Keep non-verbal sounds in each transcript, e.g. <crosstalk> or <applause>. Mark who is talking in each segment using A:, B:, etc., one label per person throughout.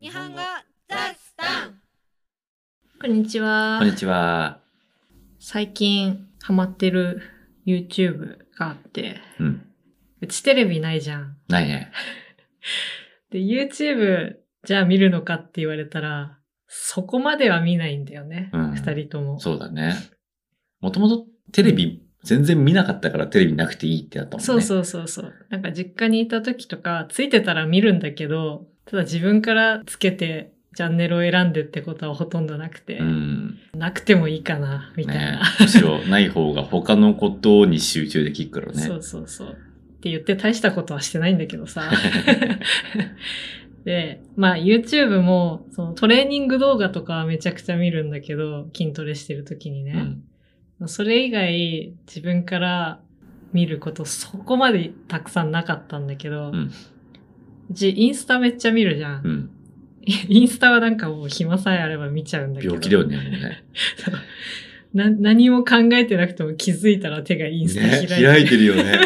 A: 日本語ザスタン
B: こんにちは。
C: こんにちは。
B: 最近ハマってる YouTube があって、
C: うん。
B: うちテレビないじゃん。
C: ないね。
B: <laughs> で、YouTube じゃあ見るのかって言われたら、そこまでは見ないんだよね。
C: うん
B: 二人とも。
C: そうだね。もともとテレビ全然見なかったからテレビなくていいってなったもんね。
B: そうそうそうそう。なんか実家にいた時とか、ついてたら見るんだけど、ただ自分からつけて、チャンネルを選んでってことはほとんどなくて、
C: うん。
B: なくてもいいかな、みたい
C: ね
B: な。
C: むしろない方が他のことに集中できるからね。
B: そうそうそう。って言って大したことはしてないんだけ
C: <laughs>
B: どさ。で、まあ YouTube もそのトレーニング動画とかはめちゃくちゃ見るんだけど、筋トレしてる時に
C: う
B: ね。
C: ん。
B: それ以外自分から見ることそこまでたくさんなかったんだけど、
C: うん
B: うちインスタめっちゃ見るじゃん。
C: うん。
B: <laughs> インスタはなんかもう暇さえあれば見ちゃうんだけど。
C: 病気だよね、もうね。
B: な何も考えてなくても気づいたら手がインスタ開い
C: ね
B: てる。
C: 開いてるよね。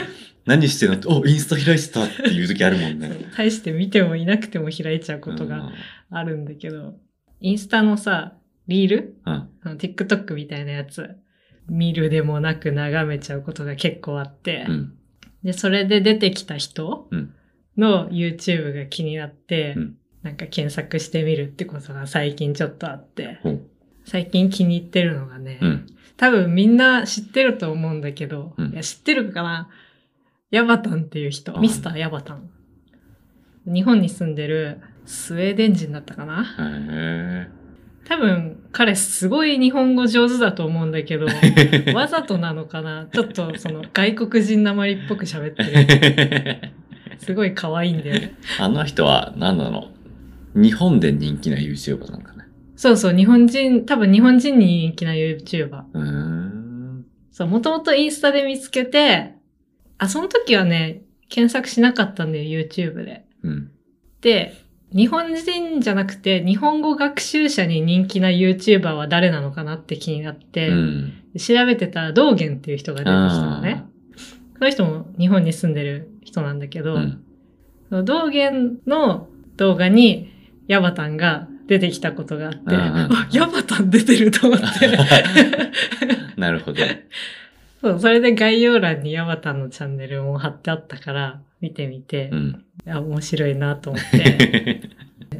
C: 何してんのお、インスタ開いてたっていう時あるもんね。
B: 対して見てもいなくても開いちゃうこと
C: うん
B: が。あるんだけど、インスタのさ、リール
C: うん。
B: あの ?TikTok みたいなやつ。見るでもなく眺めちゃうことが結構あって、
C: うん。
B: で、それで出てきた人
C: うん
B: の YouTube が気になって、
C: うん
B: なんか検索してみるってことが最近ちょっとあって、
C: ほう
B: 最近気に入ってるのがね、
C: うん。
B: 多分みんな知ってると思うんだけど、
C: うん
B: いや知ってるかなヤバタンっていう人、
C: あ
B: ミスターヤバタン。日本に住んでるスウェーデン人だったかな <laughs>
C: へ
B: 多分彼すごい日本語上手だと思うんだ
C: <laughs>
B: けど、
C: え。
B: わざとなのかなちょっとその外国人なまりっぽく喋ってる。すごい可愛いんだよね。
C: あの人は何なの日本で人気な YouTuber なんかね。
B: そうそう、日本人、多分日本人に人気な YouTuber。
C: うーん。
B: そう、もともとインスタで見つけて、あ、その時はね、検索しなかったんだよ、YouTube で。
C: うん。
B: で、日本人じゃなくて、日本語学習者に人気な YouTuber は誰なのかなって気になって、
C: うん。
B: 調べてたら道元っていう人が出てきたのね。その人も日本に住んでる人なんだけ
C: あ
B: ど、
C: ーうん。
B: その道元の動画にヤバタンが出てきたことがあって、
C: うんうん
B: あ、ヤバタン出てると思って。
C: <laughs> なるほど。
B: そう、それで概要欄にヤバタンのチャンネルも貼ってあったから、見てみて
C: う、 <laughs> ん。
B: あ、面白いなと思って。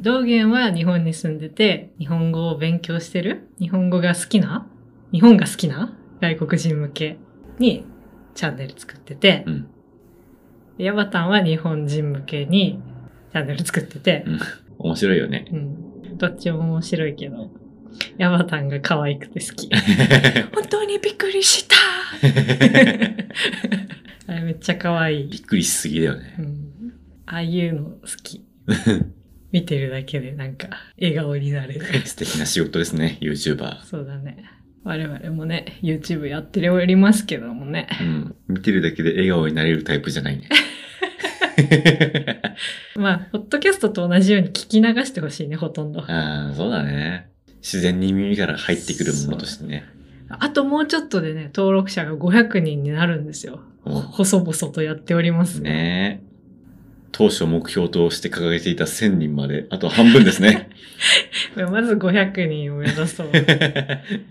B: 道元は日本に住んでて、日本語を勉強してる日本語が好きな日本が好きな外国人向けにチャンネル作ってて
C: う、ん。
B: でヤバタンは日本人向けにチャンネル作ってて、
C: 面白いよ <laughs> ね。
B: うん。どっちも面白いけど、ヤバタンが可愛くて好き。本当にびっくりしたあれめっちゃ可愛い。
C: びっくりしすぎだよ
B: う
C: ね。
B: ん。ああいうの好き。見てるだけでなんか笑顔になれる。
C: 素敵な仕事ですね、YouTuber。
B: そうだね。我々もね、YouTube やっておりますけどもね。
C: うん。見てるだけで笑顔になれるタイプじゃないね。
B: まあ、ポッドキャストと同じように聞き流してほしいね、ほとんど。
C: <laughs> ああ、そうだね。自然に耳から入ってくるものとしてね。
B: あともうちょっとでね、登録者が500人になるんです
C: う
B: よ。
C: ん
B: 細々とやっております。
C: ねえ。当初目標として掲げていた1000人まで、あと半分です <laughs> ね。
B: これまず500人を目
C: <laughs>
B: 指そう。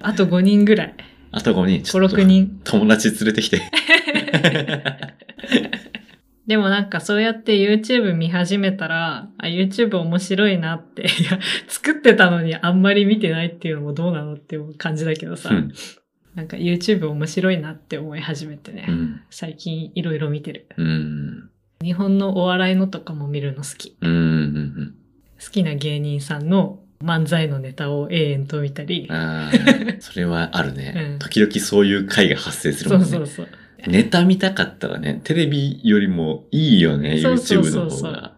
B: あと5人ぐらい。
C: あと5人、ち
B: 5、
C: ょっと
B: 6人。
C: 友達連れてきて。
B: でもなんかそうやって YouTube 見始めたら、あ、YouTube 面白いなって。いや、作ってたのにあんまり見てないっていうのもどうなのっていう感じだけどさ。
C: <laughs> うん
B: なんか YouTube 面白いなって思い始めてね。
C: うん。
B: 最近いろいろ見てる。
C: うん。
B: 日本のお笑いのとかも見るの好き。
C: うん。うん
B: 好きな芸人さんの漫才のネタを永遠と見たり
C: うん。。ああ、
B: <laughs>
C: それはある
B: うん
C: ね。時々そういう回が発生する
B: そ
C: もん
B: う
C: ね。
B: そうそう。
C: ネタ見たかったらね、テレビよりもいいよね、
B: そうそう
C: YouTube
B: そ
C: の
B: うそう
C: 方が。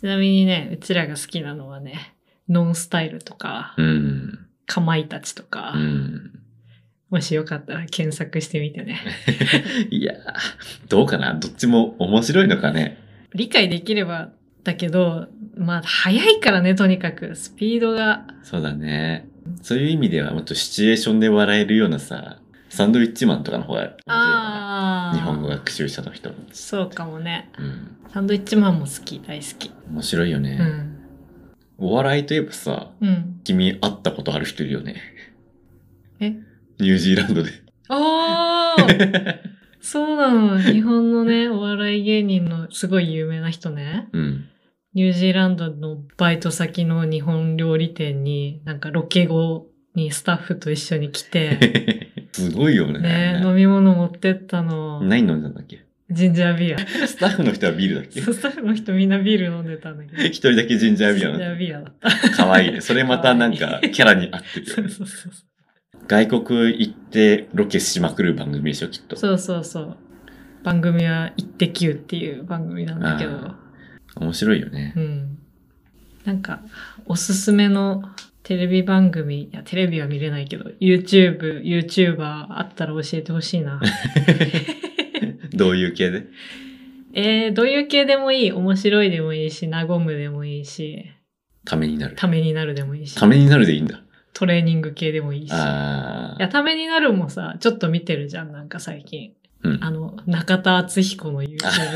B: ちなみにね、うちらが好きなのはね、ノンスタイルとか、
C: うん。
B: かまいたちとか、
C: うん。
B: もしよかったら検索してみてね。
C: いやー、どうかなどっちも面白いのかね。
B: 理解できればだけど、まあ、早いからね、とにかく。スピードが。
C: そうだね。そういう意味では、もっとシチュエーションで笑えるようなさ、サンドウィッチマンとかの方が面白いか
B: あ
C: な。
B: あ。
C: 日本語学習者の人。
B: そうかもね。
C: うん。
B: サンドイッチマンも好き、大好き。
C: 面白いよね。
B: うん。
C: お笑いといえばさ、
B: うん。
C: 君会ったことある人いるよね。
B: え
C: ニュージーランドで。
B: ああ
C: <laughs>
B: そうなの。日本のね、お笑い芸人のすごい有名な人ね。 <laughs>
C: うん。
B: ニュージーランドのバイト先の日本料理店に、なんかロケ後にスタッフと一緒に来
C: <laughs>
B: て、
C: すごいよね。
B: ね、飲み物持ってったの。
C: 何飲んだんだっけ
B: ジンジャービア。
C: スタッフの人はビールだっけ
B: そうスタッフの人みんなビール飲んでたんだけど。
C: 一人だけジンジャービア
B: ジンジ
C: な
B: ャ
C: の。
B: ービアだった。
C: かわいいね。それまたなんかキャラに合ってるよ
B: そう
C: ね。
B: そうそう。
C: 外国行ってロケしまくる番組でしょ、きっと。
B: そうそうそう。番組は「イッテ Q」っていう番組なんだけど
C: あ、面白いよね。
B: うん、なんかおすすめのテレビ番組いやテレビは見れないけど YouTubeYouTuber あったら教えてほしいな <laughs>
C: どういう系で
B: えー、どういう系でもいい面白いでもいいし和むでもいいした
C: めになる。
B: ためになるでもいいした
C: めになるでいいんだ。
B: トレーニング系でもいいしい
C: あ
B: や
C: あ。
B: ためになるもさちょっと見てるじゃんなんか最近
C: うん
B: あの中田敦彦の YouTube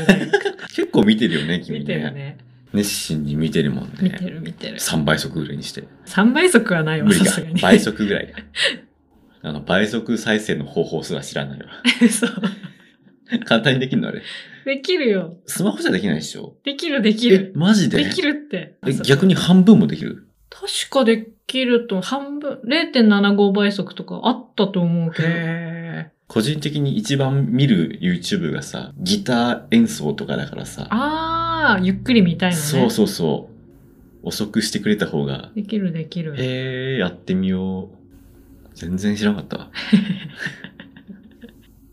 B: で
C: 結構見てるよね、 <laughs> 君
B: 見てるね
C: 熱心に見てるもん
B: 見て
C: ね。
B: る見てる
C: 3倍速ぐらいにして。
B: 3倍速はないわ、
C: 無理
B: さ
C: か
B: すがに。。
C: 倍速ぐらいだ。あの、倍速再生の方法すら知らない
B: <laughs>
C: わ。
B: <laughs> そう。
C: 簡単にできるのあれ。
B: できるよ。
C: スマホじゃできないでしょ
B: できる、でき
C: え
B: る、。
C: マジで
B: できるって。
C: え
B: あそう
C: 逆に半分もできる
B: 確かできると、半分、0.75倍速とかあったと思うけど。
C: へ個人的に一番見る YouTube がさ、ギター演奏とかだからさ。
B: あー、ゆっくり見たいのね。
C: そうそうそう。遅くしてくれた方が、
B: できる、できる。
C: えー、やってみよう。全然知らなかったわ。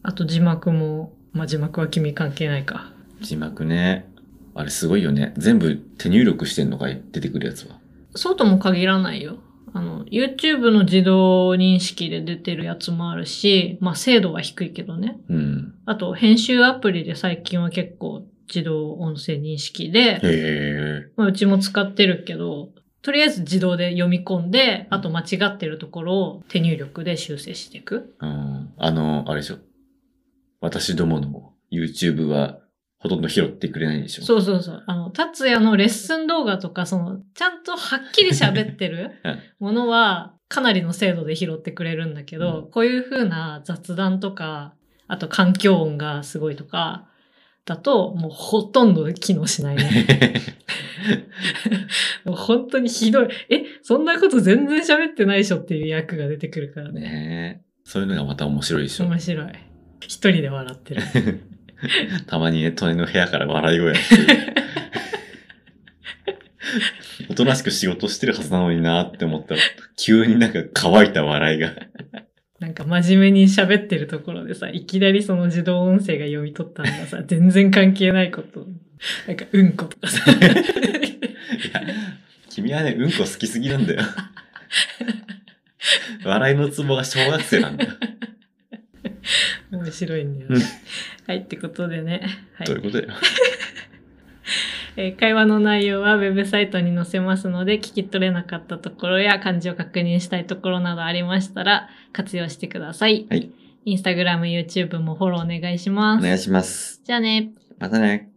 B: あと字幕も、まあ、字幕は君関係ないか。
C: 字幕ね。あれすごいよね。全部手入力してんのかい出てくるやつは。
B: そうとも限らないよ。あの、YouTube の自動認識で出てるやつもあるし、まあ、精度は低いけどね。
C: うん。
B: あと、編集アプリで最近は結構自動音声認識で、
C: へえ。
B: まあ、うちも使ってるけど、とりあえず自動で読み込んで、あと間違ってるところを手入力で修正していく。
C: うん。あの、あれでしょ。私どもの YouTube はほとんど拾ってくれないでしょ。
B: そうそうそう。あの、達也のレッスン動画とか、その、ちゃんとはっきり喋っ
C: <laughs>
B: てる
C: はい
B: ものは、かなりの精度で拾ってくれるんだけど、
C: う
B: こういう風な雑談とか、あと環境音がすごいとか、だと、もうほとんど機能しな
C: <laughs>
B: いね。もう本当にひどい。え、そんなこと全然喋ってないでしょっていう役が出てくるからね。
C: ねえ。そういうのがまた面白いでしょ。
B: 面白い。一人で笑ってる。
C: <laughs> たまにね、隣の部屋から笑い声が
B: <laughs>
C: 聞こえる。おとなしく仕事してるはずなのになって思ったら、急になんか乾いた笑いが。
B: なんか真面目に喋ってるところでさ、いきなりその自動音声が読み取ったのが <laughs> さ、全然関係ないこと。なんか、うんことかさ。
C: いや、君はね、うんこ好きすぎなんだ
B: <laughs>
C: よ。笑いのツボが小学生なんだよ。
B: 面白いんだよ
C: うん
B: ね。はい、ってことでね。はい
C: どういうことだよ。
B: えー会話の内容はウェブサイトに載せますので、聞き取れなかったところや漢字を確認したいところなどありましたら、活用してください。
C: はい。
B: インスタグラム、YouTube もフォローお願いし
C: お
B: ます。
C: 願いします。
B: じゃあね。
C: またね。